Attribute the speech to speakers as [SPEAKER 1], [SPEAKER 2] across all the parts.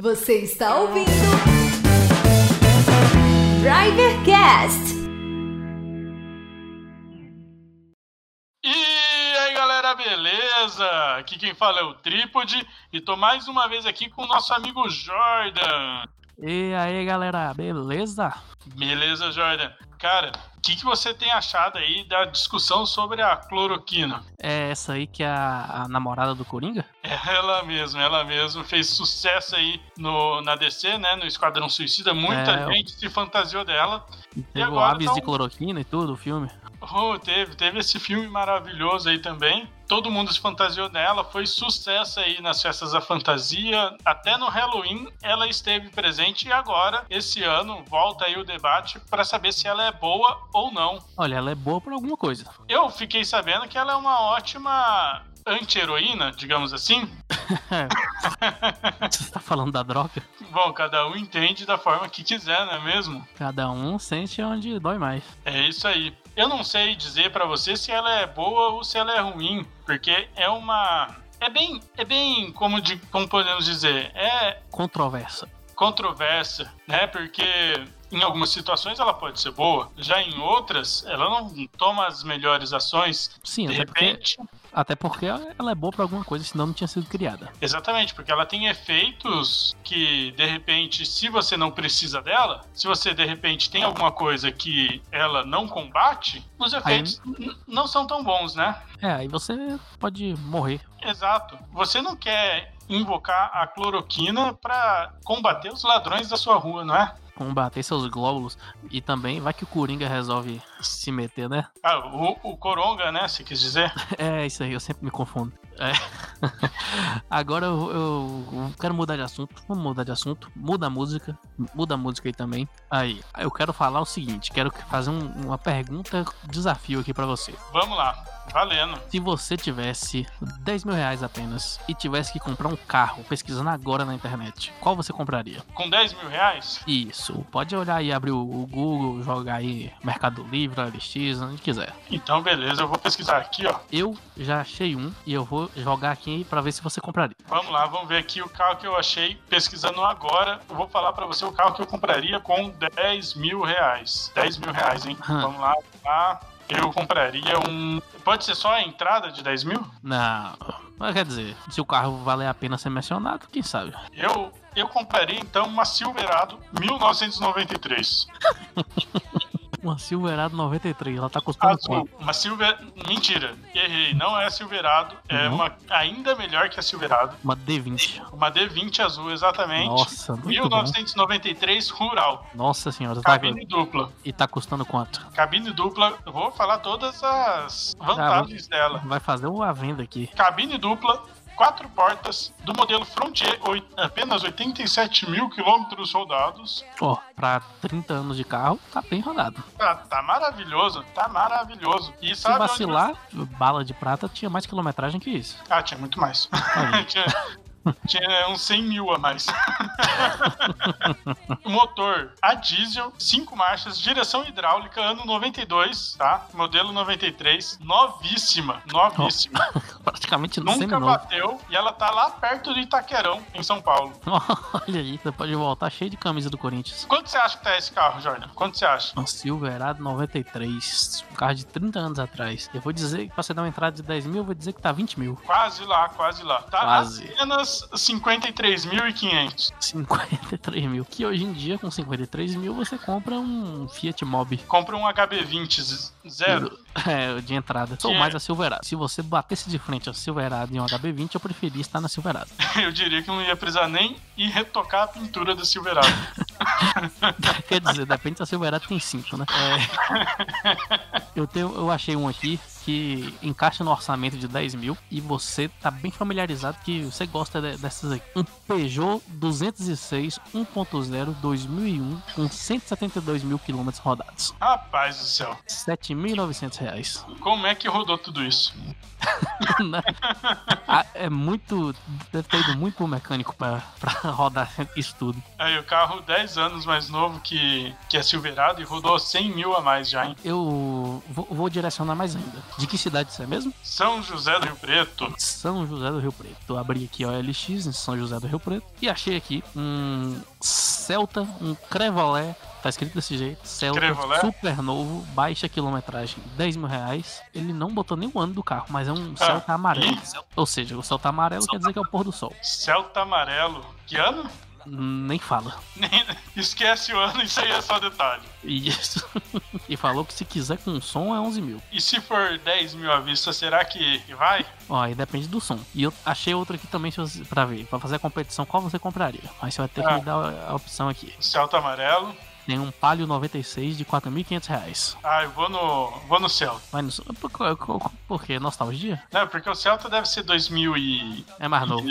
[SPEAKER 1] Você está ouvindo Drivercast.
[SPEAKER 2] E aí galera, beleza? Aqui quem fala é o Trípode e tô mais uma vez aqui com o nosso amigo Jordan.
[SPEAKER 3] E aí galera, beleza?
[SPEAKER 2] Beleza, Jordan? Cara, o que, que você tem achado aí da discussão sobre a cloroquina?
[SPEAKER 3] É essa aí que é a, a namorada do Coringa?
[SPEAKER 2] Ela mesma, ela mesma fez sucesso aí no, na DC, né? No Esquadrão Suicida, muita
[SPEAKER 3] É, eu-
[SPEAKER 2] gente se fantasiou dela.
[SPEAKER 3] Teve o
[SPEAKER 2] agora
[SPEAKER 3] Aves
[SPEAKER 2] tá
[SPEAKER 3] de
[SPEAKER 2] um-
[SPEAKER 3] cloroquina e tudo, o filme.
[SPEAKER 2] Oh, teve, teve esse filme maravilhoso aí também. Todo mundo se fantasiou nela, foi sucesso aí nas festas da fantasia. Até no Halloween ela esteve presente e agora, esse ano, volta aí o debate para saber se ela é boa ou não.
[SPEAKER 3] Olha, ela é boa por alguma coisa.
[SPEAKER 2] Eu fiquei sabendo que ela é uma ótima anti-heroína, digamos assim.
[SPEAKER 3] Você tá falando da droga?
[SPEAKER 2] Bom, cada um entende da forma que quiser, não é mesmo?
[SPEAKER 3] Cada um sente onde dói mais.
[SPEAKER 2] É isso aí. Eu não sei dizer pra você se ela é boa ou se ela é ruim, porque é uma é bem é bem como de como podemos dizer, é
[SPEAKER 3] Controversa.
[SPEAKER 2] controversa, né? Porque em algumas situações ela pode ser boa, já em outras ela não toma as melhores ações.
[SPEAKER 3] Sim,
[SPEAKER 2] De
[SPEAKER 3] até porque,
[SPEAKER 2] repente,
[SPEAKER 3] até porque ela é boa por alguma coisa, senão não tinha sido criada.
[SPEAKER 2] Exatamente, porque ela tem efeitos que, de repente, se você não precisa dela, se você de repente tem alguma coisa que ela não combate, os efeitos n- não são tão bons, né?
[SPEAKER 3] É, aí você pode morrer.
[SPEAKER 2] Exato. Você não quer invocar a cloroquina pra combater os ladrões da sua rua, não é?
[SPEAKER 3] Combater seus glóbulos e também vai que o Coringa resolve se meter, né?
[SPEAKER 2] Ah, o, o coronga, né? Se quis dizer.
[SPEAKER 3] É isso aí, eu sempre me confundo. É. Agora eu, eu- eu quero mudar de assunto. Vamos mudar de assunto. Muda a música. Muda a música aí também. Aí, eu quero falar o seguinte: quero que- fazer um- uma pergunta, desafio aqui pra você.
[SPEAKER 2] Vamos lá. Valendo.
[SPEAKER 3] Se você tivesse 10 mil reais apenas e tivesse que comprar um carro, pesquisando agora na internet, qual você compraria?
[SPEAKER 2] Com 10 mil reais?
[SPEAKER 3] Isso, pode olhar aí, abrir o, o Google, jogar aí Mercado Livre, OLX, onde quiser.
[SPEAKER 2] Então, beleza. Eu vou pesquisar aqui, ó.
[SPEAKER 3] Eu já achei um e eu vou jogar aqui pra ver se você compraria.
[SPEAKER 2] Vamos lá, vamos ver aqui o carro que eu achei pesquisando agora. Eu vou falar pra você o carro que eu compraria com 10 mil reais. 10 mil reais, hein?
[SPEAKER 3] Hum.
[SPEAKER 2] Vamos lá, vamos lá. Eu compraria um. Pode ser só a entrada de 10 mil?
[SPEAKER 3] Não, mas quer dizer, se o carro valer a pena ser mencionado, quem sabe?
[SPEAKER 2] Eu, eu compraria então uma Silverado 1993.
[SPEAKER 3] Uma Silverado 93, ela tá custando
[SPEAKER 2] Azul.
[SPEAKER 3] quanto?
[SPEAKER 2] Uma Silver. Mentira, errei. Não é a Silverado. É
[SPEAKER 3] Não?
[SPEAKER 2] uma ainda melhor que a Silverado.
[SPEAKER 3] Uma D20.
[SPEAKER 2] Uma D20 azul, exatamente.
[SPEAKER 3] Nossa, muito bom.
[SPEAKER 2] 1993 rural.
[SPEAKER 3] Nossa senhora, tá...
[SPEAKER 2] Cabine dupla.
[SPEAKER 3] e tá custando quanto?
[SPEAKER 2] Cabine dupla, eu vou falar todas as
[SPEAKER 3] Ah,
[SPEAKER 2] vantagens dela.
[SPEAKER 3] Vai fazer uma venda aqui.
[SPEAKER 2] Cabine dupla, quatro portas, do modelo Frontier, oi- apenas 87 mil quilômetros rodados.
[SPEAKER 3] Ó, pra 30 anos de carro, tá bem rodado.
[SPEAKER 2] Tá, tá maravilhoso, tá maravilhoso. E
[SPEAKER 3] Se
[SPEAKER 2] sabe Onde...
[SPEAKER 3] vacilar, bala de prata tinha mais quilometragem que isso.
[SPEAKER 2] Ah, tinha muito mais.
[SPEAKER 3] Aí.
[SPEAKER 2] tinha, tinha uns 100 mil a mais. Motor a diesel, cinco marchas, direção hidráulica, ano 92, tá? Modelo 93, novíssima, novíssima.
[SPEAKER 3] Praticamente não
[SPEAKER 2] Nunca
[SPEAKER 3] seminovo.
[SPEAKER 2] bateu e ela tá lá perto de Itaquerão, em São Paulo.
[SPEAKER 3] Olha aí, você pode voltar cheio de camisa do Corinthians.
[SPEAKER 2] Quanto você acha que tá esse carro, Jordan? Quanto você acha?
[SPEAKER 3] Um Silverado 93, um carro de 30 anos atrás. Eu vou dizer que pra você dar uma entrada de 10 mil, eu vou dizer que tá 20 mil.
[SPEAKER 2] Quase lá, quase lá. Tá
[SPEAKER 3] Quase.
[SPEAKER 2] apenas 53.500.
[SPEAKER 3] 53 mil. Que hoje em dia, com 53 mil, você compra um Fiat Mobi.
[SPEAKER 2] Compra um HB20 z- zero.
[SPEAKER 3] É, de entrada. Sou
[SPEAKER 2] Que-
[SPEAKER 3] mais a Silverado. Se você batesse de frente a Silverado e um HB20, eu preferia estar na Silverado.
[SPEAKER 2] Eu diria que não ia precisar nem ir retocar a pintura do Silverado.
[SPEAKER 3] Quer dizer, depende se a Silverado tem 5, né? É. Eu, tenho, eu achei um aqui que encaixa no orçamento de 10 mil e você tá bem familiarizado que você gosta de- dessas aqui. Um Peugeot 206 1.0 2001 com 172 mil quilômetros rodados.
[SPEAKER 2] Rapaz do céu,
[SPEAKER 3] R$ 7.900 reais.
[SPEAKER 2] como é que rodou tudo isso?
[SPEAKER 3] Né? Ah, é muito. Deve ter ido muito pro mecânico pra, pra rodar isso tudo.
[SPEAKER 2] Aí o carro 10 anos mais novo que, que é Silverado e rodou 100 mil a mais já, hein?
[SPEAKER 3] Eu vou, vou direcionar mais ainda. De que cidade isso é mesmo?
[SPEAKER 2] São José do Rio Preto.
[SPEAKER 3] São José do Rio Preto. Eu abri aqui a OLX em São José do Rio Preto e achei aqui um Celta, um Crevolé. Tá escrito desse jeito, Celta
[SPEAKER 2] Crevolé?
[SPEAKER 3] super novo, baixa quilometragem, 10 mil reais. Ele não botou nenhum ano do carro, mas é um
[SPEAKER 2] Ah,
[SPEAKER 3] Celta amarelo.
[SPEAKER 2] e?
[SPEAKER 3] Cel- Ou seja, o Celta amarelo quer dizer que é o pôr do sol.
[SPEAKER 2] Celta Amarelo. Que ano?
[SPEAKER 3] Nem fala.
[SPEAKER 2] Nem- Esquece o ano, isso aí é só detalhe.
[SPEAKER 3] Isso. e falou que se quiser com som é 11 mil.
[SPEAKER 2] E se for 10 mil à vista, será que vai?
[SPEAKER 3] Ó, aí depende do som. E eu achei outro aqui também se você- pra ver. Pra fazer a competição, qual você compraria? Mas você vai ter que
[SPEAKER 2] Ah.
[SPEAKER 3] me dar a- a opção aqui.
[SPEAKER 2] Celta Amarelo.
[SPEAKER 3] Tem um Palio 96 de 4.500 reais.
[SPEAKER 2] Ah, eu vou no, vou no Celta.
[SPEAKER 3] Mas não so- por, por, por, por quê? Nostalgia?
[SPEAKER 2] Não, porque o Celta deve ser 2012.
[SPEAKER 3] É mais novo.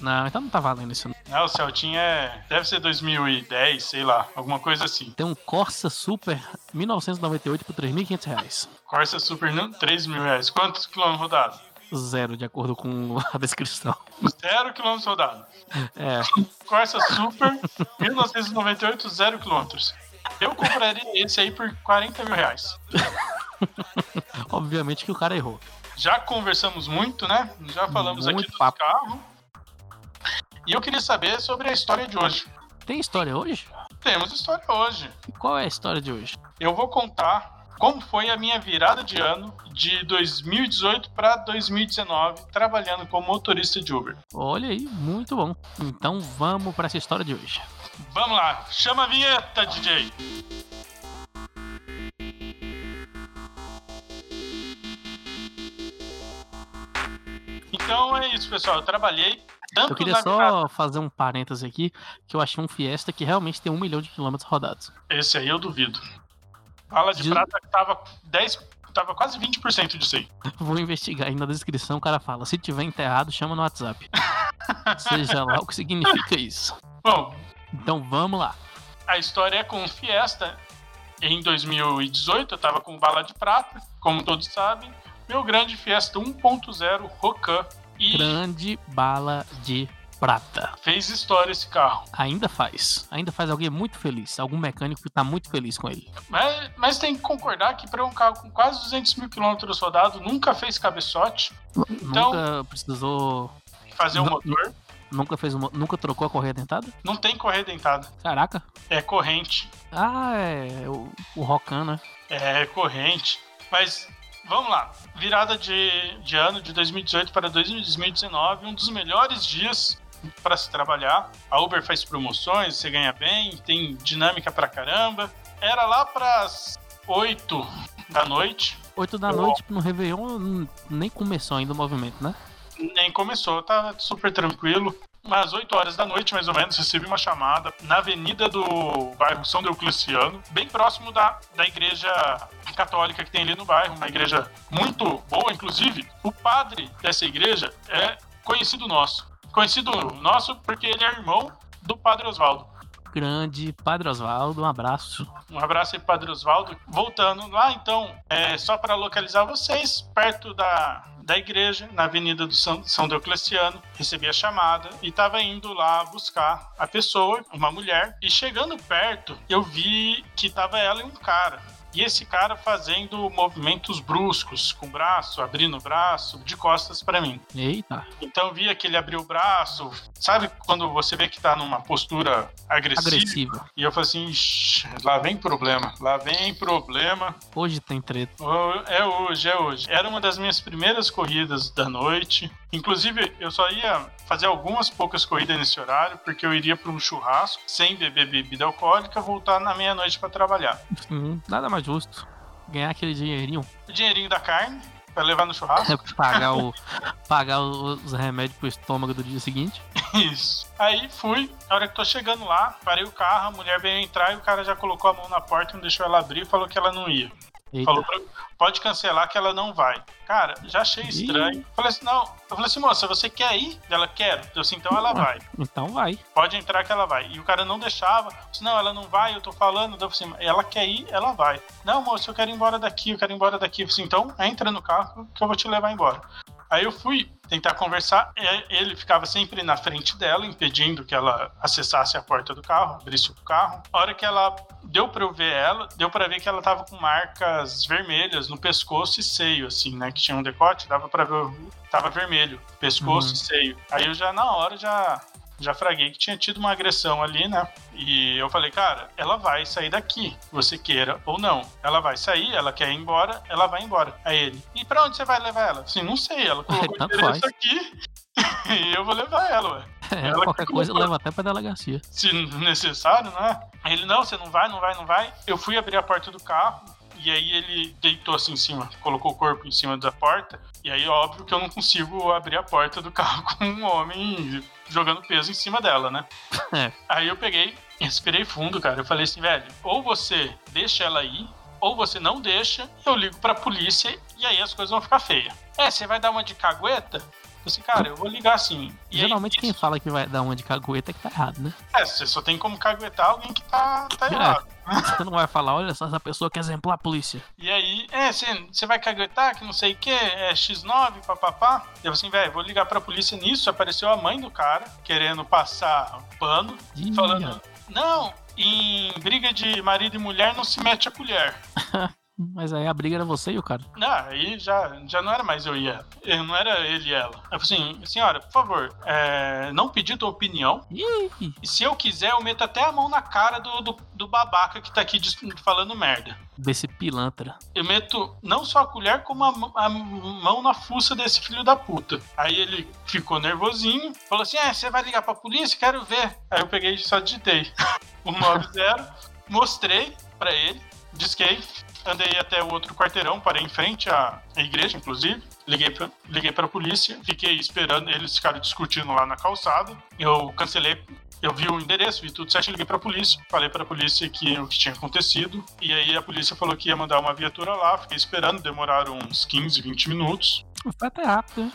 [SPEAKER 3] Não, então não tá valendo isso. não.
[SPEAKER 2] Não, o Celtinha é. Deve ser 2010, sei lá. Alguma coisa assim.
[SPEAKER 3] Tem um Corsa Super 1998 por 3.500 reais.
[SPEAKER 2] Corsa Super não, 3 mil reais. Quantos quilômetros rodados?
[SPEAKER 3] Zero, de acordo com a descrição.
[SPEAKER 2] Zero quilômetros rodados.
[SPEAKER 3] É,
[SPEAKER 2] Corsa Super 1998, zero quilômetros. Eu compraria esse aí por 40 mil reais.
[SPEAKER 3] obviamente que o cara errou.
[SPEAKER 2] Já conversamos muito, né? Já falamos
[SPEAKER 3] Muito
[SPEAKER 2] aqui do
[SPEAKER 3] papo.
[SPEAKER 2] carro. E eu queria saber sobre a história de hoje.
[SPEAKER 3] Tem história hoje?
[SPEAKER 2] Temos história hoje.
[SPEAKER 3] E qual é a história de hoje?
[SPEAKER 2] Eu vou contar como foi a minha virada de ano de 2018 para 2019 trabalhando como motorista de Uber.
[SPEAKER 3] Olha aí, muito bom. Então vamos pra essa história de hoje.
[SPEAKER 2] Vamos lá, chama a vinheta, DJ. Então é isso, pessoal. Eu trabalhei tanto
[SPEAKER 3] Eu queria
[SPEAKER 2] na virada-
[SPEAKER 3] só fazer um parêntese aqui, que eu achei um Fiesta que realmente tem um milhão de quilômetros rodados.
[SPEAKER 2] Esse aí eu duvido. Bala de
[SPEAKER 3] Diz-
[SPEAKER 2] prata que tava 10, tava quase 20% disso aí.
[SPEAKER 3] Vou investigar aí na descrição, o cara fala, se tiver enterrado, chama no WhatsApp. Seja lá o que significa isso.
[SPEAKER 2] Bom,
[SPEAKER 3] Então vamos lá.
[SPEAKER 2] a história é com o Fiesta. Em 2018, eu tava com bala de prata, como todos sabem. Meu grande Fiesta 1.0 Rocan. E
[SPEAKER 3] Grande bala de prata.
[SPEAKER 2] fez história esse carro.
[SPEAKER 3] Ainda faz. Ainda faz alguém muito feliz. Algum mecânico que tá muito feliz com ele.
[SPEAKER 2] Mas, mas tem que concordar que para um carro com quase 200 mil quilômetros rodado, nunca fez cabeçote, Então-
[SPEAKER 3] Nunca precisou.
[SPEAKER 2] fazer o
[SPEAKER 3] Não.
[SPEAKER 2] motor,
[SPEAKER 3] Nunca fez uma. Nunca trocou a correia dentada?
[SPEAKER 2] não tem correia dentada.
[SPEAKER 3] Caraca.
[SPEAKER 2] É corrente.
[SPEAKER 3] Ah, é. O, o Rocan, né?
[SPEAKER 2] É corrente. Mas vamos lá. Virada de, de ano de 2018 para 2019, um dos melhores dias para se trabalhar. A Uber faz promoções, você ganha bem, tem dinâmica pra caramba. Era lá pras 8 da noite,
[SPEAKER 3] 8 da
[SPEAKER 2] Eu-
[SPEAKER 3] noite no Réveillon n- nem começou ainda o movimento, né?
[SPEAKER 2] Nem começou, tá super tranquilo. Mas 8 horas da noite, mais ou menos, recebi uma chamada na avenida do bairro São Diocleciano, bem próximo da, da igreja católica que tem ali no bairro, uma igreja muito boa, inclusive. O padre dessa igreja é conhecido nosso. Conhecido nosso porque ele é irmão do padre Oswaldo.
[SPEAKER 3] Grande Padre Oswaldo, um abraço.
[SPEAKER 2] Um abraço aí, Padre Oswaldo. Voltando lá, então, é, só para localizar vocês, perto da, da igreja, na Avenida do São, São Diocleciano, recebi a chamada e estava indo lá buscar a pessoa, uma mulher, e chegando perto, eu vi que estava ela e um cara. E esse cara fazendo movimentos bruscos, com o braço, abrindo o braço, de costas para mim.
[SPEAKER 3] Eita,
[SPEAKER 2] Então eu via que ele abriu o braço, sabe quando você vê que tá numa postura agressiva?
[SPEAKER 3] agressivo.
[SPEAKER 2] E eu falei assim, "Ixi, lá vem problema, lá vem problema.
[SPEAKER 3] Hoje tem treta.
[SPEAKER 2] Oh, É hoje, é hoje. Era uma das minhas primeiras corridas da noite. Inclusive, eu só ia fazer algumas poucas corridas nesse horário, porque eu iria para um churrasco, sem beber bebida alcoólica, voltar na meia-noite para trabalhar.
[SPEAKER 3] Hum, nada mais justo. Ganhar aquele dinheirinho, é
[SPEAKER 2] O dinheirinho da carne, para levar no churrasco.
[SPEAKER 3] pagar, o, pagar os remédios pro estômago do dia seguinte.
[SPEAKER 2] Isso. Aí fui, na hora que tô chegando lá, parei o carro, a mulher veio entrar e o cara já colocou a mão na porta, não deixou ela abrir e falou que ela não ia.
[SPEAKER 3] Eita,
[SPEAKER 2] Falou pra, pode cancelar que ela não vai. Cara, já achei estranho. Falei assim, não. Eu falei assim, moça, você quer ir? Ela quer. Eu assim, então ela vai.
[SPEAKER 3] então vai.
[SPEAKER 2] Pode entrar que ela vai. E o cara não deixava. Eu disse, não, ela não vai, eu tô falando. Eu falei assim, ela quer ir, ela vai. Não, moça, eu quero ir embora daqui, eu quero ir embora daqui. Eu falei assim, então entra no carro que eu vou te levar embora. Aí eu fui tentar conversar, e ele ficava sempre na frente dela, impedindo que ela acessasse a porta do carro, abrisse o carro. A hora que ela deu pra eu ver ela, deu pra ver que ela tava com marcas vermelhas no pescoço e seio, assim, né? Que tinha um decote, dava pra ver, o- tava vermelho, pescoço e seio. Aí eu já, na hora, já já fraguei que tinha tido uma agressão ali, né? E eu falei, cara, ela vai sair daqui, você queira ou não. Ela vai sair, ela quer ir embora, ela vai embora. Aí ele, e pra onde você vai levar ela? Assim, não sei, ela colocou o
[SPEAKER 3] Tanto
[SPEAKER 2] endereço
[SPEAKER 3] faz.
[SPEAKER 2] aqui e eu vou levar ela, ué.
[SPEAKER 3] É,
[SPEAKER 2] Ela
[SPEAKER 3] qualquer
[SPEAKER 2] que
[SPEAKER 3] coisa
[SPEAKER 2] colocou.
[SPEAKER 3] leva até pra delegacia.
[SPEAKER 2] Se necessário, né? Aí ele, não, você não vai, não vai, não vai. Eu fui abrir a porta do carro e aí ele deitou assim em cima, colocou o corpo em cima da porta. E aí, óbvio que eu não consigo abrir a porta do carro com um homem jogando peso em cima dela, né?
[SPEAKER 3] É.
[SPEAKER 2] Aí eu peguei, respirei fundo, cara. Eu falei assim, velho, ou você deixa ela aí, ou você não deixa, eu ligo pra polícia e aí as coisas vão ficar feias. É, você vai dar uma de cagueta? Eu falei, assim, cara, eu vou ligar sim. E aí,
[SPEAKER 3] Geralmente quem fala que vai dar uma de cagueta é que tá errado, né?
[SPEAKER 2] É, você só tem como caguetar alguém que tá, tá errado.
[SPEAKER 3] Você não vai falar, olha só, essa pessoa quer exemplar a polícia.
[SPEAKER 2] E aí, é, você vai caguetar que não sei o que, é X9, papapá. E eu assim, velho, vou ligar pra polícia nisso. Apareceu a mãe do cara, querendo passar pano,
[SPEAKER 3] Ih,
[SPEAKER 2] falando, não, em briga de marido e mulher não se mete a colher.
[SPEAKER 3] Mas aí a briga era você e o cara.
[SPEAKER 2] Não, aí já, já não era mais eu e ela. Eu não era ele e ela. Eu falei assim, senhora, por favor, é, não pedi tua opinião.
[SPEAKER 3] Ih,
[SPEAKER 2] E se eu quiser, eu meto até a mão na cara do, do, do babaca que tá aqui dis- falando merda.
[SPEAKER 3] desse pilantra.
[SPEAKER 2] Eu meto não só a colher, como a, mão- a mão na fuça desse filho da puta. Aí ele ficou nervosinho, falou assim: É, você vai ligar pra polícia? Quero ver. Aí eu peguei e só digitei o 90, mostrei pra ele, disquei, andei até o outro quarteirão, parei em frente à, à igreja, inclusive. Liguei pra, liguei pra polícia, fiquei esperando, eles ficaram discutindo lá na calçada. Eu cancelei eu vi o endereço, vi tudo certo, liguei pra polícia, falei pra polícia que o que tinha acontecido, e aí a polícia falou que ia mandar uma viatura lá, fiquei esperando, demoraram uns 15, 20 minutos,
[SPEAKER 3] Foi até rápido, né?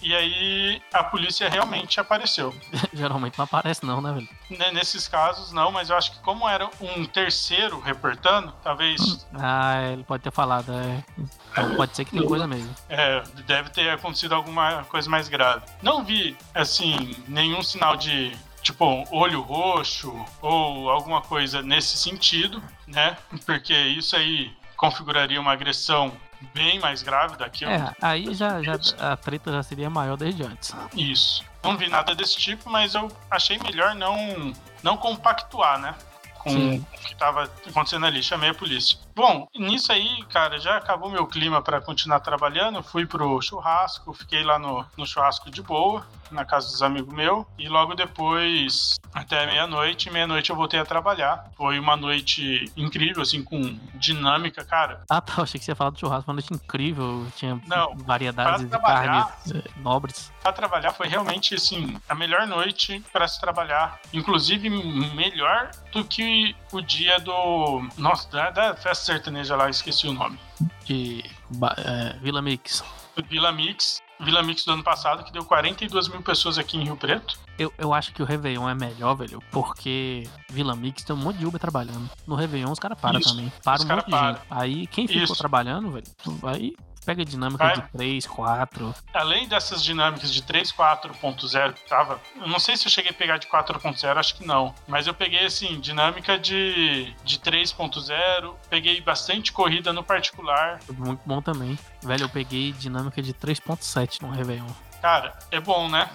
[SPEAKER 2] e aí a polícia realmente apareceu.
[SPEAKER 3] Geralmente não aparece não, né, velho?
[SPEAKER 2] Né, Nesses casos, não, mas eu acho que como era um terceiro reportando, talvez
[SPEAKER 3] Ah, ele pode ter falado, é. Então, pode ser que tenha coisa mesmo.
[SPEAKER 2] é, deve ter acontecido alguma coisa mais grave. Não vi, assim, nenhum sinal de, tipo, olho roxo ou alguma coisa nesse sentido, né? Porque isso aí configuraria uma agressão bem mais grave daqui.
[SPEAKER 3] É, aí já, já a treta já seria maior desde antes.
[SPEAKER 2] Isso. Não vi nada desse tipo, mas eu achei melhor não, não compactuar, né? Com
[SPEAKER 3] Sim.
[SPEAKER 2] o que tava acontecendo ali. Chamei a polícia. Bom, nisso aí, cara, já acabou meu clima para continuar trabalhando. Eu Fui pro churrasco, fiquei lá no, no churrasco de boa, na casa dos amigos meus. E logo depois, até meia-noite, meia-noite eu voltei a trabalhar. Foi uma noite incrível, assim, com dinâmica, cara.
[SPEAKER 3] Ah, tá, eu achei que você ia falar do churrasco, uma noite incrível, tinha
[SPEAKER 2] Não,
[SPEAKER 3] variedades de
[SPEAKER 2] pra trabalhar-
[SPEAKER 3] carnes eh, nobres.
[SPEAKER 2] Pra trabalhar foi realmente assim a melhor noite pra se trabalhar, inclusive m- melhor do que o dia do nossa da, da festa sertaneja lá, esqueci o nome,
[SPEAKER 3] De ba- eh, Vila Mix.
[SPEAKER 2] do Vila Mix, Vila Mix do ano passado que deu 42 mil pessoas aqui em Rio Preto.
[SPEAKER 3] Eu, eu acho que o Réveillon é melhor, velho, porque Vila Mix tem um monte de Uber trabalhando. No Réveillon os caras param
[SPEAKER 2] Isso,
[SPEAKER 3] também. Para
[SPEAKER 2] os
[SPEAKER 3] um
[SPEAKER 2] cara
[SPEAKER 3] monte de gente. Aí quem ficou
[SPEAKER 2] Isso.
[SPEAKER 3] trabalhando, velho, aí pega a dinâmica
[SPEAKER 2] Vai.
[SPEAKER 3] de 3, 4.
[SPEAKER 2] Além dessas dinâmicas de 3, 4.0 que tava, eu não sei se eu cheguei a pegar de 4.0, acho que não, mas eu peguei assim dinâmica de de 3.0, peguei bastante corrida no particular,
[SPEAKER 3] Muito bom também. Velho, eu peguei dinâmica de 3.7 no Réveillon.
[SPEAKER 2] cara, é bom, né?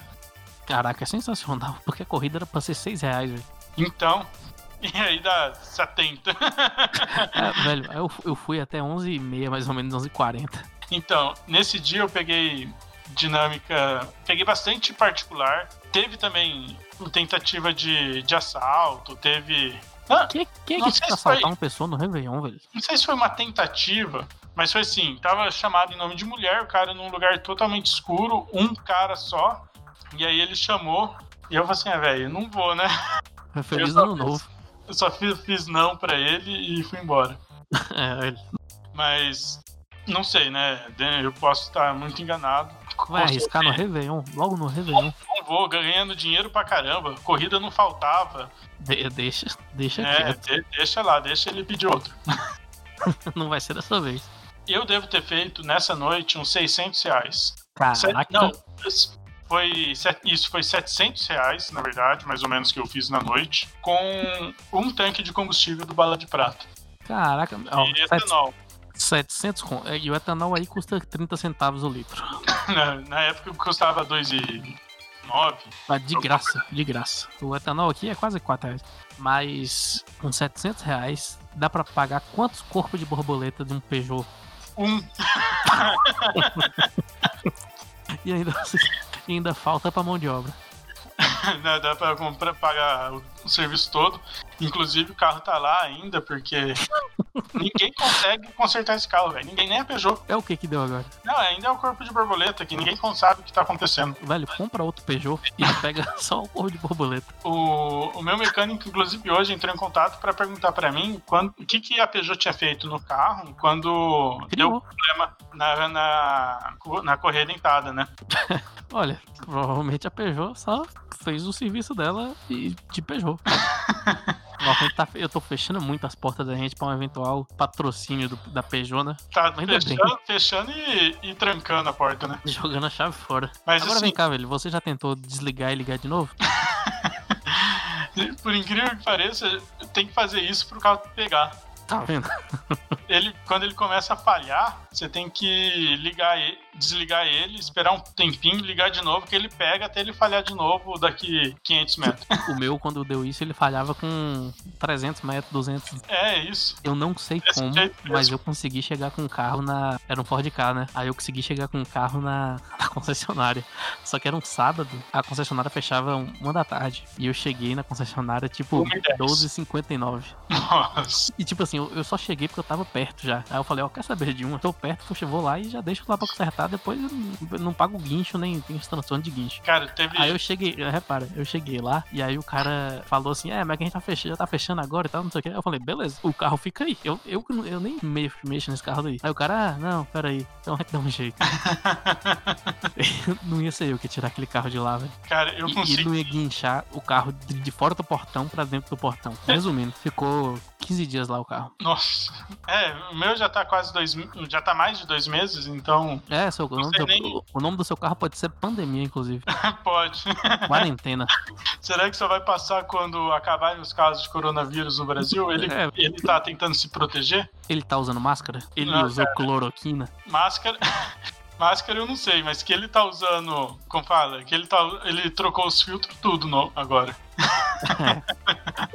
[SPEAKER 3] Caraca, é sensacional, porque a corrida era pra ser 6 reais, velho.
[SPEAKER 2] Então, e aí dá 70.
[SPEAKER 3] É, velho, eu, eu fui até 11h30, mais ou menos 11h40.
[SPEAKER 2] então, nesse dia eu peguei dinâmica, peguei bastante particular. Teve também uma tentativa de, de assalto, teve. Ah,
[SPEAKER 3] Quem, quem é que
[SPEAKER 2] Nossa,
[SPEAKER 3] fica
[SPEAKER 2] isso foi-
[SPEAKER 3] assaltar uma pessoa no Réveillon, velho?
[SPEAKER 2] não sei se foi uma tentativa, mas foi assim: tava chamado em nome de mulher, o cara num lugar totalmente escuro, um cara só. E aí ele chamou. E eu falei assim: ah, velho, não vou, né?
[SPEAKER 3] É
[SPEAKER 2] Eu
[SPEAKER 3] Feliz
[SPEAKER 2] só
[SPEAKER 3] ano
[SPEAKER 2] fiz-
[SPEAKER 3] novo.
[SPEAKER 2] Eu só fiz, fiz não pra ele e fui embora.
[SPEAKER 3] É, velho.
[SPEAKER 2] Mas não sei, né? Eu posso estar muito enganado.
[SPEAKER 3] Vai
[SPEAKER 2] Com
[SPEAKER 3] arriscar no
[SPEAKER 2] certeza.
[SPEAKER 3] Réveillon, logo no Réveillon.
[SPEAKER 2] Não vou, ganhando dinheiro pra caramba. Corrida não faltava.
[SPEAKER 3] De- deixa deixa
[SPEAKER 2] É,
[SPEAKER 3] Tá quieto,
[SPEAKER 2] de- deixa lá, deixa ele pedir outro.
[SPEAKER 3] não vai ser dessa vez.
[SPEAKER 2] Eu devo ter feito nessa noite uns 600 reais.
[SPEAKER 3] Caraca.
[SPEAKER 2] Sete- não, isso foi, set- isso foi 700 reais, na verdade, mais ou menos, que eu fiz na noite, com um tanque de combustível do Bala de Prata.
[SPEAKER 3] Caraca. ó,
[SPEAKER 2] e
[SPEAKER 3] sete-
[SPEAKER 2] é etanol.
[SPEAKER 3] 700 com. é, E o etanol aí custa 30 centavos o litro.
[SPEAKER 2] Na, na época custava 2,9.
[SPEAKER 3] Ah, De graça, de graça. O etanol aqui é quase 4 reais. Mas com 700 reais dá pra pagar quantos corpos de borboleta de um Peugeot?
[SPEAKER 2] Um.
[SPEAKER 3] E ainda, e ainda falta pra mão de obra.
[SPEAKER 2] Né, Dá pra comprar, pagar o, o serviço todo. Inclusive, o carro tá lá ainda, porque ninguém consegue consertar esse carro, velho. Ninguém nem a Peugeot.
[SPEAKER 3] É o que que deu agora?
[SPEAKER 2] Não, ainda é o corpo de borboleta, que ninguém sabe o que tá acontecendo.
[SPEAKER 3] Velho, compra outro Peugeot e pega só o corpo de borboleta.
[SPEAKER 2] O, o meu mecânico, inclusive, hoje entrou em contato para perguntar para mim quando, o que, que a Peugeot tinha feito no carro quando deu
[SPEAKER 3] Criou.
[SPEAKER 2] problema na, na, na correia dentada, né?
[SPEAKER 3] Olha, provavelmente a Peugeot só fez o serviço dela e de Peugeot. Nossa, a gente tá- eu tô fechando muito as portas da gente pra um eventual patrocínio do- da Peugeot, né?
[SPEAKER 2] Tá
[SPEAKER 3] Ainda bem.
[SPEAKER 2] fechando, fechando e, e trancando a porta, né?
[SPEAKER 3] Jogando a chave fora.
[SPEAKER 2] Mas
[SPEAKER 3] Agora
[SPEAKER 2] assim, Tá.
[SPEAKER 3] vem cá, velho. Você já tentou desligar e ligar de novo?
[SPEAKER 2] por incrível que pareça, tem que fazer isso pro carro pegar.
[SPEAKER 3] Tá vendo?
[SPEAKER 2] Ele, quando ele começa a falhar, você tem que ligar ele, desligar ele, esperar um tempinho, ligar de novo, que ele pega até ele falhar de novo daqui 500 metros.
[SPEAKER 3] O meu, quando deu isso, ele falhava com 300 metros, 200.
[SPEAKER 2] É isso.
[SPEAKER 3] Eu não sei
[SPEAKER 2] Desse
[SPEAKER 3] como,
[SPEAKER 2] jeito
[SPEAKER 3] mas
[SPEAKER 2] mesmo.
[SPEAKER 3] eu consegui chegar com o carro na. Era um Ford K, né? Aí eu consegui chegar com o carro na, na concessionária. Só que era um sábado, a concessionária fechava um- uma da tarde. E eu cheguei na concessionária tipo
[SPEAKER 2] Uma e dez.
[SPEAKER 3] 12h59.
[SPEAKER 2] Nossa.
[SPEAKER 3] E tipo assim, eu, eu só cheguei porque eu tava perto já. Aí eu falei, ó, quer saber de uma? Tô perto, poxa, eu vou lá e já deixo lá pra consertar. Depois eu não, eu não pago guincho, nem tenho transtorno de guincho.
[SPEAKER 2] Cara, teve.
[SPEAKER 3] Aí eu cheguei, repara, eu cheguei lá e aí o cara falou assim: é, mas que a gente tá fechando, já tá fechando agora e tal, não sei o que. Eu falei, beleza, o carro fica aí. Eu, eu, que não- eu nem mexo, mexo nesse carro daí. Aí o cara, ah, não, peraí, então vai dar um jeito. não ia ser eu que ia tirar aquele carro de lá, velho.
[SPEAKER 2] Cara, eu
[SPEAKER 3] E- E ele
[SPEAKER 2] consigo.
[SPEAKER 3] não ia guinchar o carro de de fora do portão pra dentro do portão. Resumindo, ficou 15 dias lá o carro.
[SPEAKER 2] Nossa. É, o meu já tá quase dois. Já tá mais de dois meses, então
[SPEAKER 3] É, seu, o, nome
[SPEAKER 2] sei
[SPEAKER 3] do seu-
[SPEAKER 2] nem-
[SPEAKER 3] o nome do seu carro pode ser pandemia, inclusive.
[SPEAKER 2] pode.
[SPEAKER 3] Quarentena.
[SPEAKER 2] Será que só vai passar quando acabarem os casos de coronavírus no Brasil? Ele,
[SPEAKER 3] É.
[SPEAKER 2] ele tá tentando se proteger?
[SPEAKER 3] Ele tá usando máscara? Ele
[SPEAKER 2] Não,
[SPEAKER 3] usou cloroquina?
[SPEAKER 2] Máscara. Máscara eu não sei, mas que ele tá usando. Como fala? Que ele tá. Ele trocou os filtros tudo no- agora.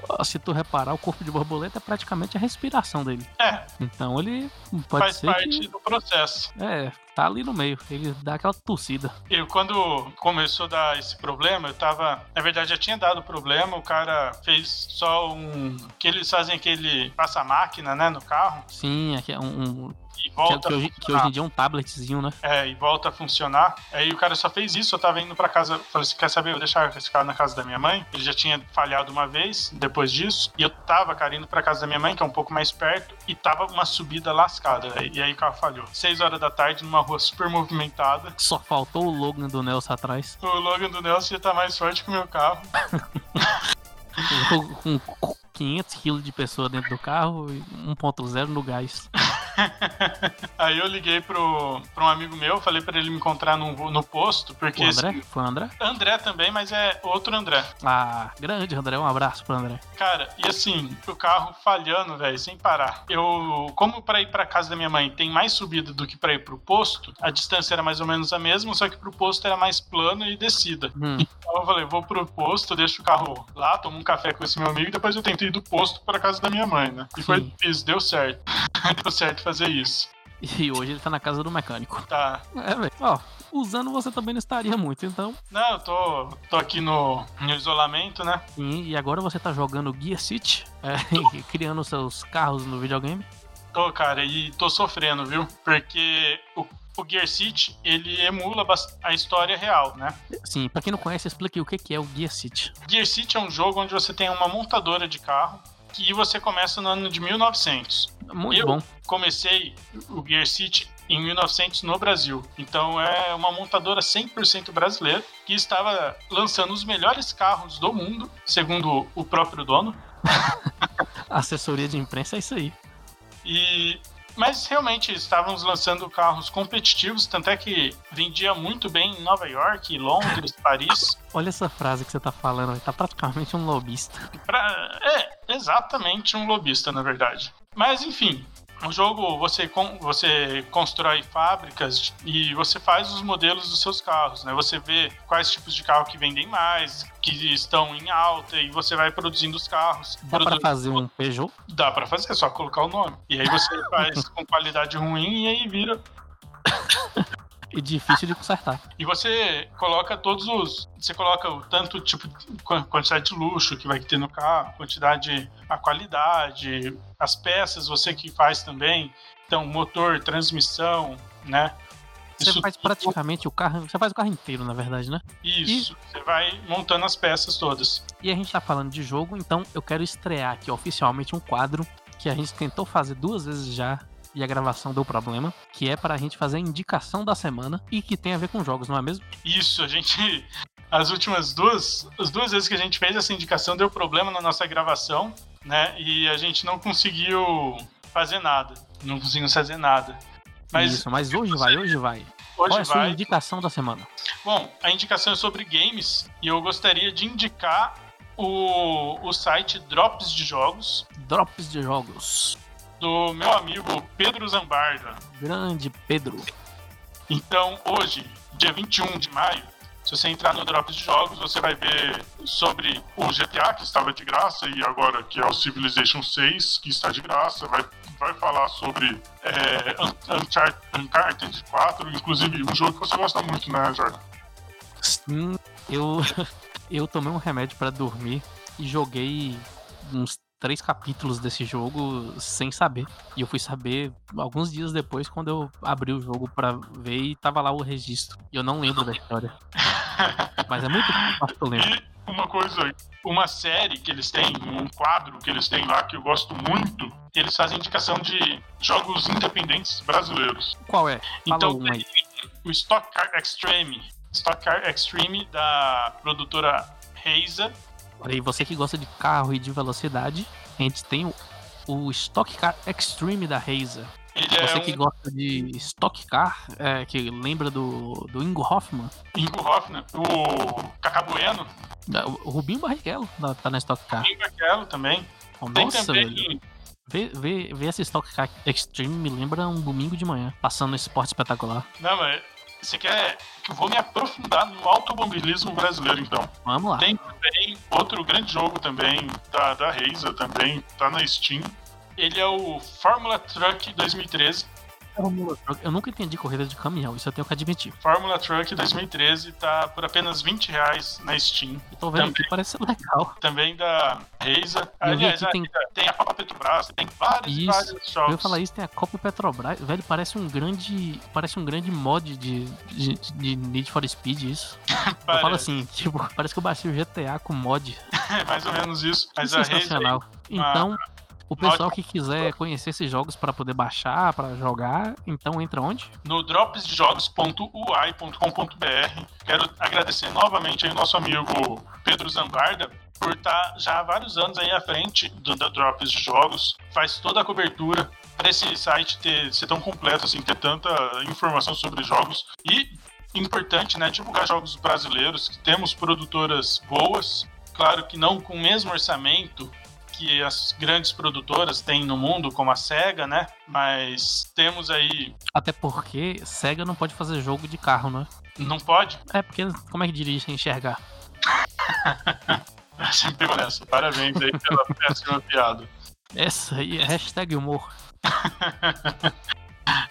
[SPEAKER 3] Ó, se tu reparar, o corpo de borboleta é praticamente a respiração dele.
[SPEAKER 2] É,
[SPEAKER 3] Então ele pode
[SPEAKER 2] faz
[SPEAKER 3] ser
[SPEAKER 2] parte
[SPEAKER 3] que,
[SPEAKER 2] do processo.
[SPEAKER 3] é, tá ali no meio. Ele dá aquela tossida.
[SPEAKER 2] Eu, quando começou a dar esse problema, eu tava. Na verdade, já tinha dado problema. O cara fez só um. Que eles fazem aquele passa-máquina, né, no carro.
[SPEAKER 3] Sim, aqui é um, um-
[SPEAKER 2] E
[SPEAKER 3] que, é-
[SPEAKER 2] volta.
[SPEAKER 3] que hoje,
[SPEAKER 2] a
[SPEAKER 3] que hoje
[SPEAKER 2] funcionar.
[SPEAKER 3] em dia é um tabletzinho, né?
[SPEAKER 2] É, e volta a funcionar. Aí o cara só fez isso. Eu tava indo pra casa. eu Falei assim: quer saber? Eu vou deixar esse carro na casa da minha mãe. Ele já tinha falhado uma vez depois disso. E eu tava, cara, indo pra casa da minha mãe, que é um pouco mais perto. E tava uma subida lascada. velho. E aí o carro falhou. Seis horas da tarde, numa rua super movimentada.
[SPEAKER 3] Só faltou o Logan do Nelson atrás,
[SPEAKER 2] O Logan do Nelson já tá mais forte que o meu carro.
[SPEAKER 3] com com 500 quilos de pessoa dentro do carro e 1.0 no gás.
[SPEAKER 2] Aí eu liguei pro, pra um amigo meu, falei pra ele me encontrar num vo- no posto, porque
[SPEAKER 3] O
[SPEAKER 2] esse-
[SPEAKER 3] André? Foi o André?
[SPEAKER 2] André também, mas é outro André.
[SPEAKER 3] Ah, grande André, um abraço pro André.
[SPEAKER 2] Cara, e assim, o carro falhando, velho, sem parar. Eu, como pra ir pra casa da minha mãe tem mais subida do que pra ir pro posto, a distância era mais ou menos a mesma, só que pro posto era mais plano e descida.
[SPEAKER 3] Hum,
[SPEAKER 2] Então eu falei, vou pro posto, deixo o carro lá, tomo um café com esse meu amigo, e depois eu tento ir do posto pra casa da minha mãe, né? E foi
[SPEAKER 3] Sim.
[SPEAKER 2] isso, deu certo. deu certo fazer isso.
[SPEAKER 3] e hoje ele tá na casa do mecânico.
[SPEAKER 2] Tá,
[SPEAKER 3] É, velho. Ó, usando você também não estaria muito, então
[SPEAKER 2] Não, eu tô, tô aqui no, no isolamento, né?
[SPEAKER 3] Sim, e agora você tá jogando Gear City, é, e criando seus carros no videogame.
[SPEAKER 2] Tô, cara, e tô sofrendo, viu? Porque o, o Gear City, ele emula bas- a história real, né?
[SPEAKER 3] Sim, pra quem não conhece, explique o que que é o Gear City.
[SPEAKER 2] Gear City é um jogo onde você tem uma montadora de carro e você começa no ano de 1900.
[SPEAKER 3] Muito
[SPEAKER 2] Eu?
[SPEAKER 3] bom.
[SPEAKER 2] Comecei o Gear City em 1900 no Brasil. Então é uma montadora 100% brasileira que estava lançando os melhores carros do mundo, segundo o próprio dono.
[SPEAKER 3] Assessoria de imprensa é isso aí.
[SPEAKER 2] E Mas realmente estávamos lançando carros competitivos, tanto é que vendia muito bem em Nova York, Londres, Paris.
[SPEAKER 3] Olha essa frase que você tá falando, tá praticamente um lobista.
[SPEAKER 2] Pra- É, exatamente um lobista, na verdade. Mas enfim, no jogo você, con- você constrói fábricas e você faz os modelos dos seus carros, né? Você vê quais tipos de carro que vendem mais, que estão em alta, e você vai produzindo os carros.
[SPEAKER 3] Dá pra
[SPEAKER 2] Produ-
[SPEAKER 3] fazer um Peugeot?
[SPEAKER 2] Dá pra fazer, é só colocar o nome. E aí você faz com qualidade ruim e aí vira
[SPEAKER 3] E difícil de consertar.
[SPEAKER 2] E você coloca todos os. Você coloca o tanto tipo quan- quantidade de luxo que vai ter no carro, quantidade, a qualidade, as peças você que faz também. Então, motor, transmissão, né?
[SPEAKER 3] Você
[SPEAKER 2] Isso
[SPEAKER 3] faz
[SPEAKER 2] tudo-
[SPEAKER 3] praticamente o carro. Você faz o carro inteiro, na verdade, né?
[SPEAKER 2] Isso. Você vai montando as peças todas.
[SPEAKER 3] E a gente tá falando de jogo, então eu quero estrear aqui oficialmente um quadro que a gente tentou fazer duas vezes já e a gravação deu problema, que é para a gente fazer a indicação da semana e que tem a ver com jogos, não é mesmo?
[SPEAKER 2] Isso, a gente. As últimas duas. As duas vezes que a gente fez essa indicação deu problema na nossa gravação, né? E a gente não conseguiu fazer nada. Não conseguimos fazer nada. Mas tipo assim,
[SPEAKER 3] Isso, mas hoje vai, hoje vai. Qual é
[SPEAKER 2] hoje
[SPEAKER 3] a sua
[SPEAKER 2] vai.
[SPEAKER 3] indicação da semana?
[SPEAKER 2] Bom, a indicação é sobre games e eu gostaria de indicar o, o site Drops de Jogos
[SPEAKER 3] Drops de jogos.
[SPEAKER 2] do meu amigo Pedro Zambarda.
[SPEAKER 3] Grande Pedro.
[SPEAKER 2] Então, hoje, dia 21 de maio, se você entrar no Drops de Jogos, você vai ver sobre o GTA, que estava de graça, e agora que é o Civilization 6, que está de graça. Vai, vai falar sobre é, Un- Uncharted, Uncharted 4, inclusive um jogo que você gosta muito, né, Jordan?
[SPEAKER 3] Sim, eu, eu tomei um remédio pra dormir e joguei uns três capítulos desse jogo sem saber. E eu fui saber alguns dias depois quando eu abri o jogo pra ver e tava lá o registro. E eu não lembro da história. Mas é muito fácil que eu lembro.
[SPEAKER 2] E uma coisa, uma série que eles têm, um quadro que eles têm lá que eu gosto muito, eles fazem indicação de jogos independentes brasileiros.
[SPEAKER 3] Qual é? Fala
[SPEAKER 2] Então,
[SPEAKER 3] um aí.
[SPEAKER 2] O Stock Car Extreme. Stock Car Extreme da produtora Reisa.
[SPEAKER 3] Olha aí, você que gosta de carro e de velocidade, a gente tem o, o Stock Car Extreme da Razer.
[SPEAKER 2] Ele é
[SPEAKER 3] Você que
[SPEAKER 2] um
[SPEAKER 3] gosta de Stock Car, é, que lembra do, do Ingo Hoffman,
[SPEAKER 2] Ingo Hoffner, o Cacá Bueno,
[SPEAKER 3] Da- O Rubinho Barrichello tá- tá na Stock Car.
[SPEAKER 2] Ingo Aquelo também.
[SPEAKER 3] Oh,
[SPEAKER 2] Tem
[SPEAKER 3] Nossa,
[SPEAKER 2] também
[SPEAKER 3] velho. Ver, ver, ver essa Stock Car Extreme me lembra um domingo de manhã, passando esse esporte espetacular.
[SPEAKER 2] Não, mas você quer que eu vou me aprofundar no automobilismo brasileiro então.
[SPEAKER 3] Vamos lá.
[SPEAKER 2] Tem também outro grande jogo também, da, da Razer também, tá na Steam. Ele é o Fórmula Truck 2013.
[SPEAKER 3] Eu nunca entendi corrida de caminhão, isso eu tenho que admitir.
[SPEAKER 2] Fórmula Truck 2013 tá por apenas 20 reais na Steam.
[SPEAKER 3] Eu tô vendo
[SPEAKER 2] Também.
[SPEAKER 3] aqui, parece legal.
[SPEAKER 2] Também da Razer.
[SPEAKER 3] Eu vi
[SPEAKER 2] Aliás,
[SPEAKER 3] aqui, tem-
[SPEAKER 2] tem... tem a Copa Petrobras, tem vários,
[SPEAKER 3] Isso.
[SPEAKER 2] vários
[SPEAKER 3] Eu
[SPEAKER 2] jogos.
[SPEAKER 3] ia falar isso, tem a Copa Petrobras. Velho, parece um grande. Parece um grande mod de, de, de Need for Speed isso. Eu falo
[SPEAKER 2] Parece,
[SPEAKER 3] assim, tipo, parece que eu baixei o GTA com mod.
[SPEAKER 2] é mais ou menos isso. Mas
[SPEAKER 3] é
[SPEAKER 2] a Razer,
[SPEAKER 3] sensacional. Então, o
[SPEAKER 2] uma
[SPEAKER 3] pessoal que quiser conhecer esses jogos pra poder baixar, pra jogar, então entra onde?
[SPEAKER 2] no dropsdejogos.uai.com.br, quero agradecer novamente aí nosso amigo Pedro Zambarda por estar já há vários anos aí à frente do, da Drops de Jogos, faz toda a cobertura para esse site ter, ser tão completo, assim, ter tanta informação sobre jogos e importante, né, divulgar jogos brasileiros, que temos produtoras boas, claro que não com o mesmo orçamento que as grandes produtoras têm no mundo, como a SEGA, né, mas temos aí,
[SPEAKER 3] Até porque SEGA não pode fazer jogo de carro, né?
[SPEAKER 2] não pode
[SPEAKER 3] É porque como é que dirige sem enxergar?
[SPEAKER 2] Você me pegou nessa. Parabéns aí pela péssima piada.
[SPEAKER 3] Essa aí é hashtag humor.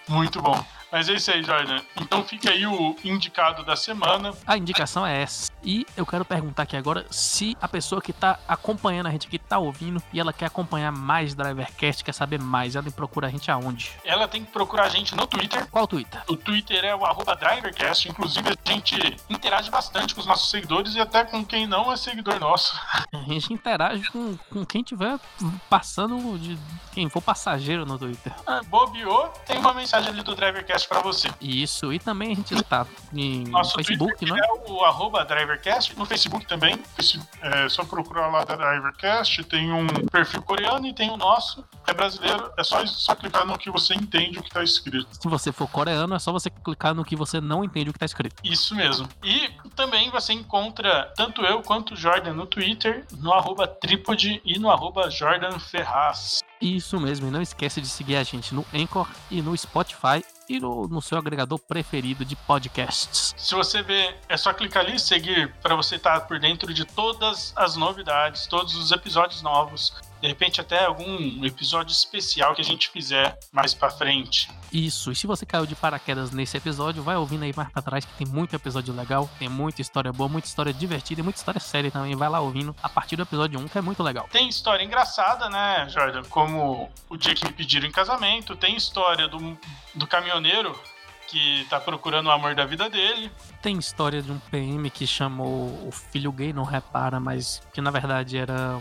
[SPEAKER 2] Muito bom. Mas é isso aí, Jordan. Então fica aí o indicado da semana.
[SPEAKER 3] A indicação é essa. E eu quero perguntar aqui agora se a pessoa que tá acompanhando a gente aqui tá ouvindo e ela quer acompanhar mais Drivercast, quer saber mais, ela procura a gente aonde?
[SPEAKER 2] Ela tem que procurar a gente no Twitter.
[SPEAKER 3] Qual o Twitter?
[SPEAKER 2] O Twitter é o arroba DriverCast. Inclusive, a gente interage bastante com os nossos seguidores e até com quem não é seguidor nosso.
[SPEAKER 3] A gente interage com, com quem tiver passando de quem for passageiro no Twitter.
[SPEAKER 2] Ah, Bobeou, tem uma mensagem ali do DriverCast pra você.
[SPEAKER 3] Isso, e também a gente está em
[SPEAKER 2] Nosso
[SPEAKER 3] Facebook,
[SPEAKER 2] Twitter
[SPEAKER 3] né?
[SPEAKER 2] é o arroba DriverCast, no Facebook também. Face- É só procurar lá da DriverCast, tem um perfil coreano e tem o nosso. é brasileiro, é só, só clicar no que você entende o que tá escrito.
[SPEAKER 3] Se você for coreano, é só você clicar no que você não entende o que tá escrito.
[SPEAKER 2] Isso mesmo. E também você encontra tanto eu quanto o Jordan no Twitter, no arroba trípode e no arroba Jordan Ferraz.
[SPEAKER 3] Isso mesmo, e não esquece de seguir a gente no Anchor e no Spotify e no, no seu agregador preferido de podcasts.
[SPEAKER 2] Se você ver, é só clicar ali e seguir para você estar por dentro de todas as novidades, todos os episódios novos, de repente até algum episódio especial que a gente fizer mais para frente.
[SPEAKER 3] Isso, e se você caiu de paraquedas nesse episódio, vai ouvindo aí mais pra trás que tem muito episódio legal, tem muita história boa, muita história divertida e muita história séria também. Vai lá ouvindo a partir do episódio 1, que é muito legal.
[SPEAKER 2] Tem história engraçada, né, Jordan? Como o dia que me pediram em casamento, tem história do, do caminhoneiro que tá procurando o amor da vida dele.
[SPEAKER 3] Tem história de um PM que chamou o filho gay, não repara, mas que na verdade era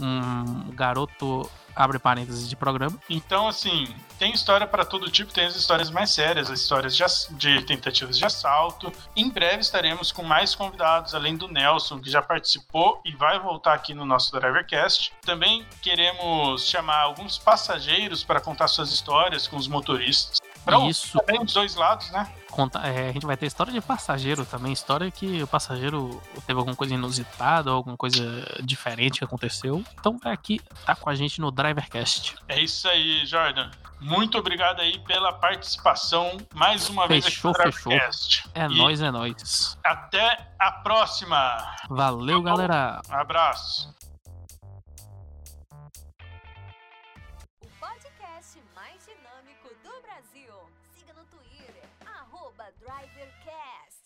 [SPEAKER 3] um, um garoto abre parênteses de programa.
[SPEAKER 2] Então, assim, tem história para todo tipo, tem as histórias mais sérias, as histórias de, de, tentativas de assalto. Em breve estaremos com mais convidados, além do Nelson, que já participou e vai voltar aqui no nosso Drivercast. Também queremos chamar alguns passageiros para contar suas histórias com os motoristas. Pra
[SPEAKER 3] Isso.
[SPEAKER 2] Também os dois lados, né?
[SPEAKER 3] Conta, é, a gente vai ter história de passageiro também, história que o passageiro teve alguma coisa inusitada, alguma coisa diferente que aconteceu. Então vai aqui, tá com a gente no Drivercast.
[SPEAKER 2] É isso aí, Jordan. Muito obrigado aí pela participação mais uma
[SPEAKER 3] Fechou,
[SPEAKER 2] vez aqui no
[SPEAKER 3] fechou.
[SPEAKER 2] Drivercast.
[SPEAKER 3] É
[SPEAKER 2] E
[SPEAKER 3] nóis, é nóis.
[SPEAKER 2] Até a próxima.
[SPEAKER 3] Valeu, galera.
[SPEAKER 2] Um abraço.
[SPEAKER 1] O podcast mais dinâmico do Brasil. Siga no Twitter, arroba DriverCast.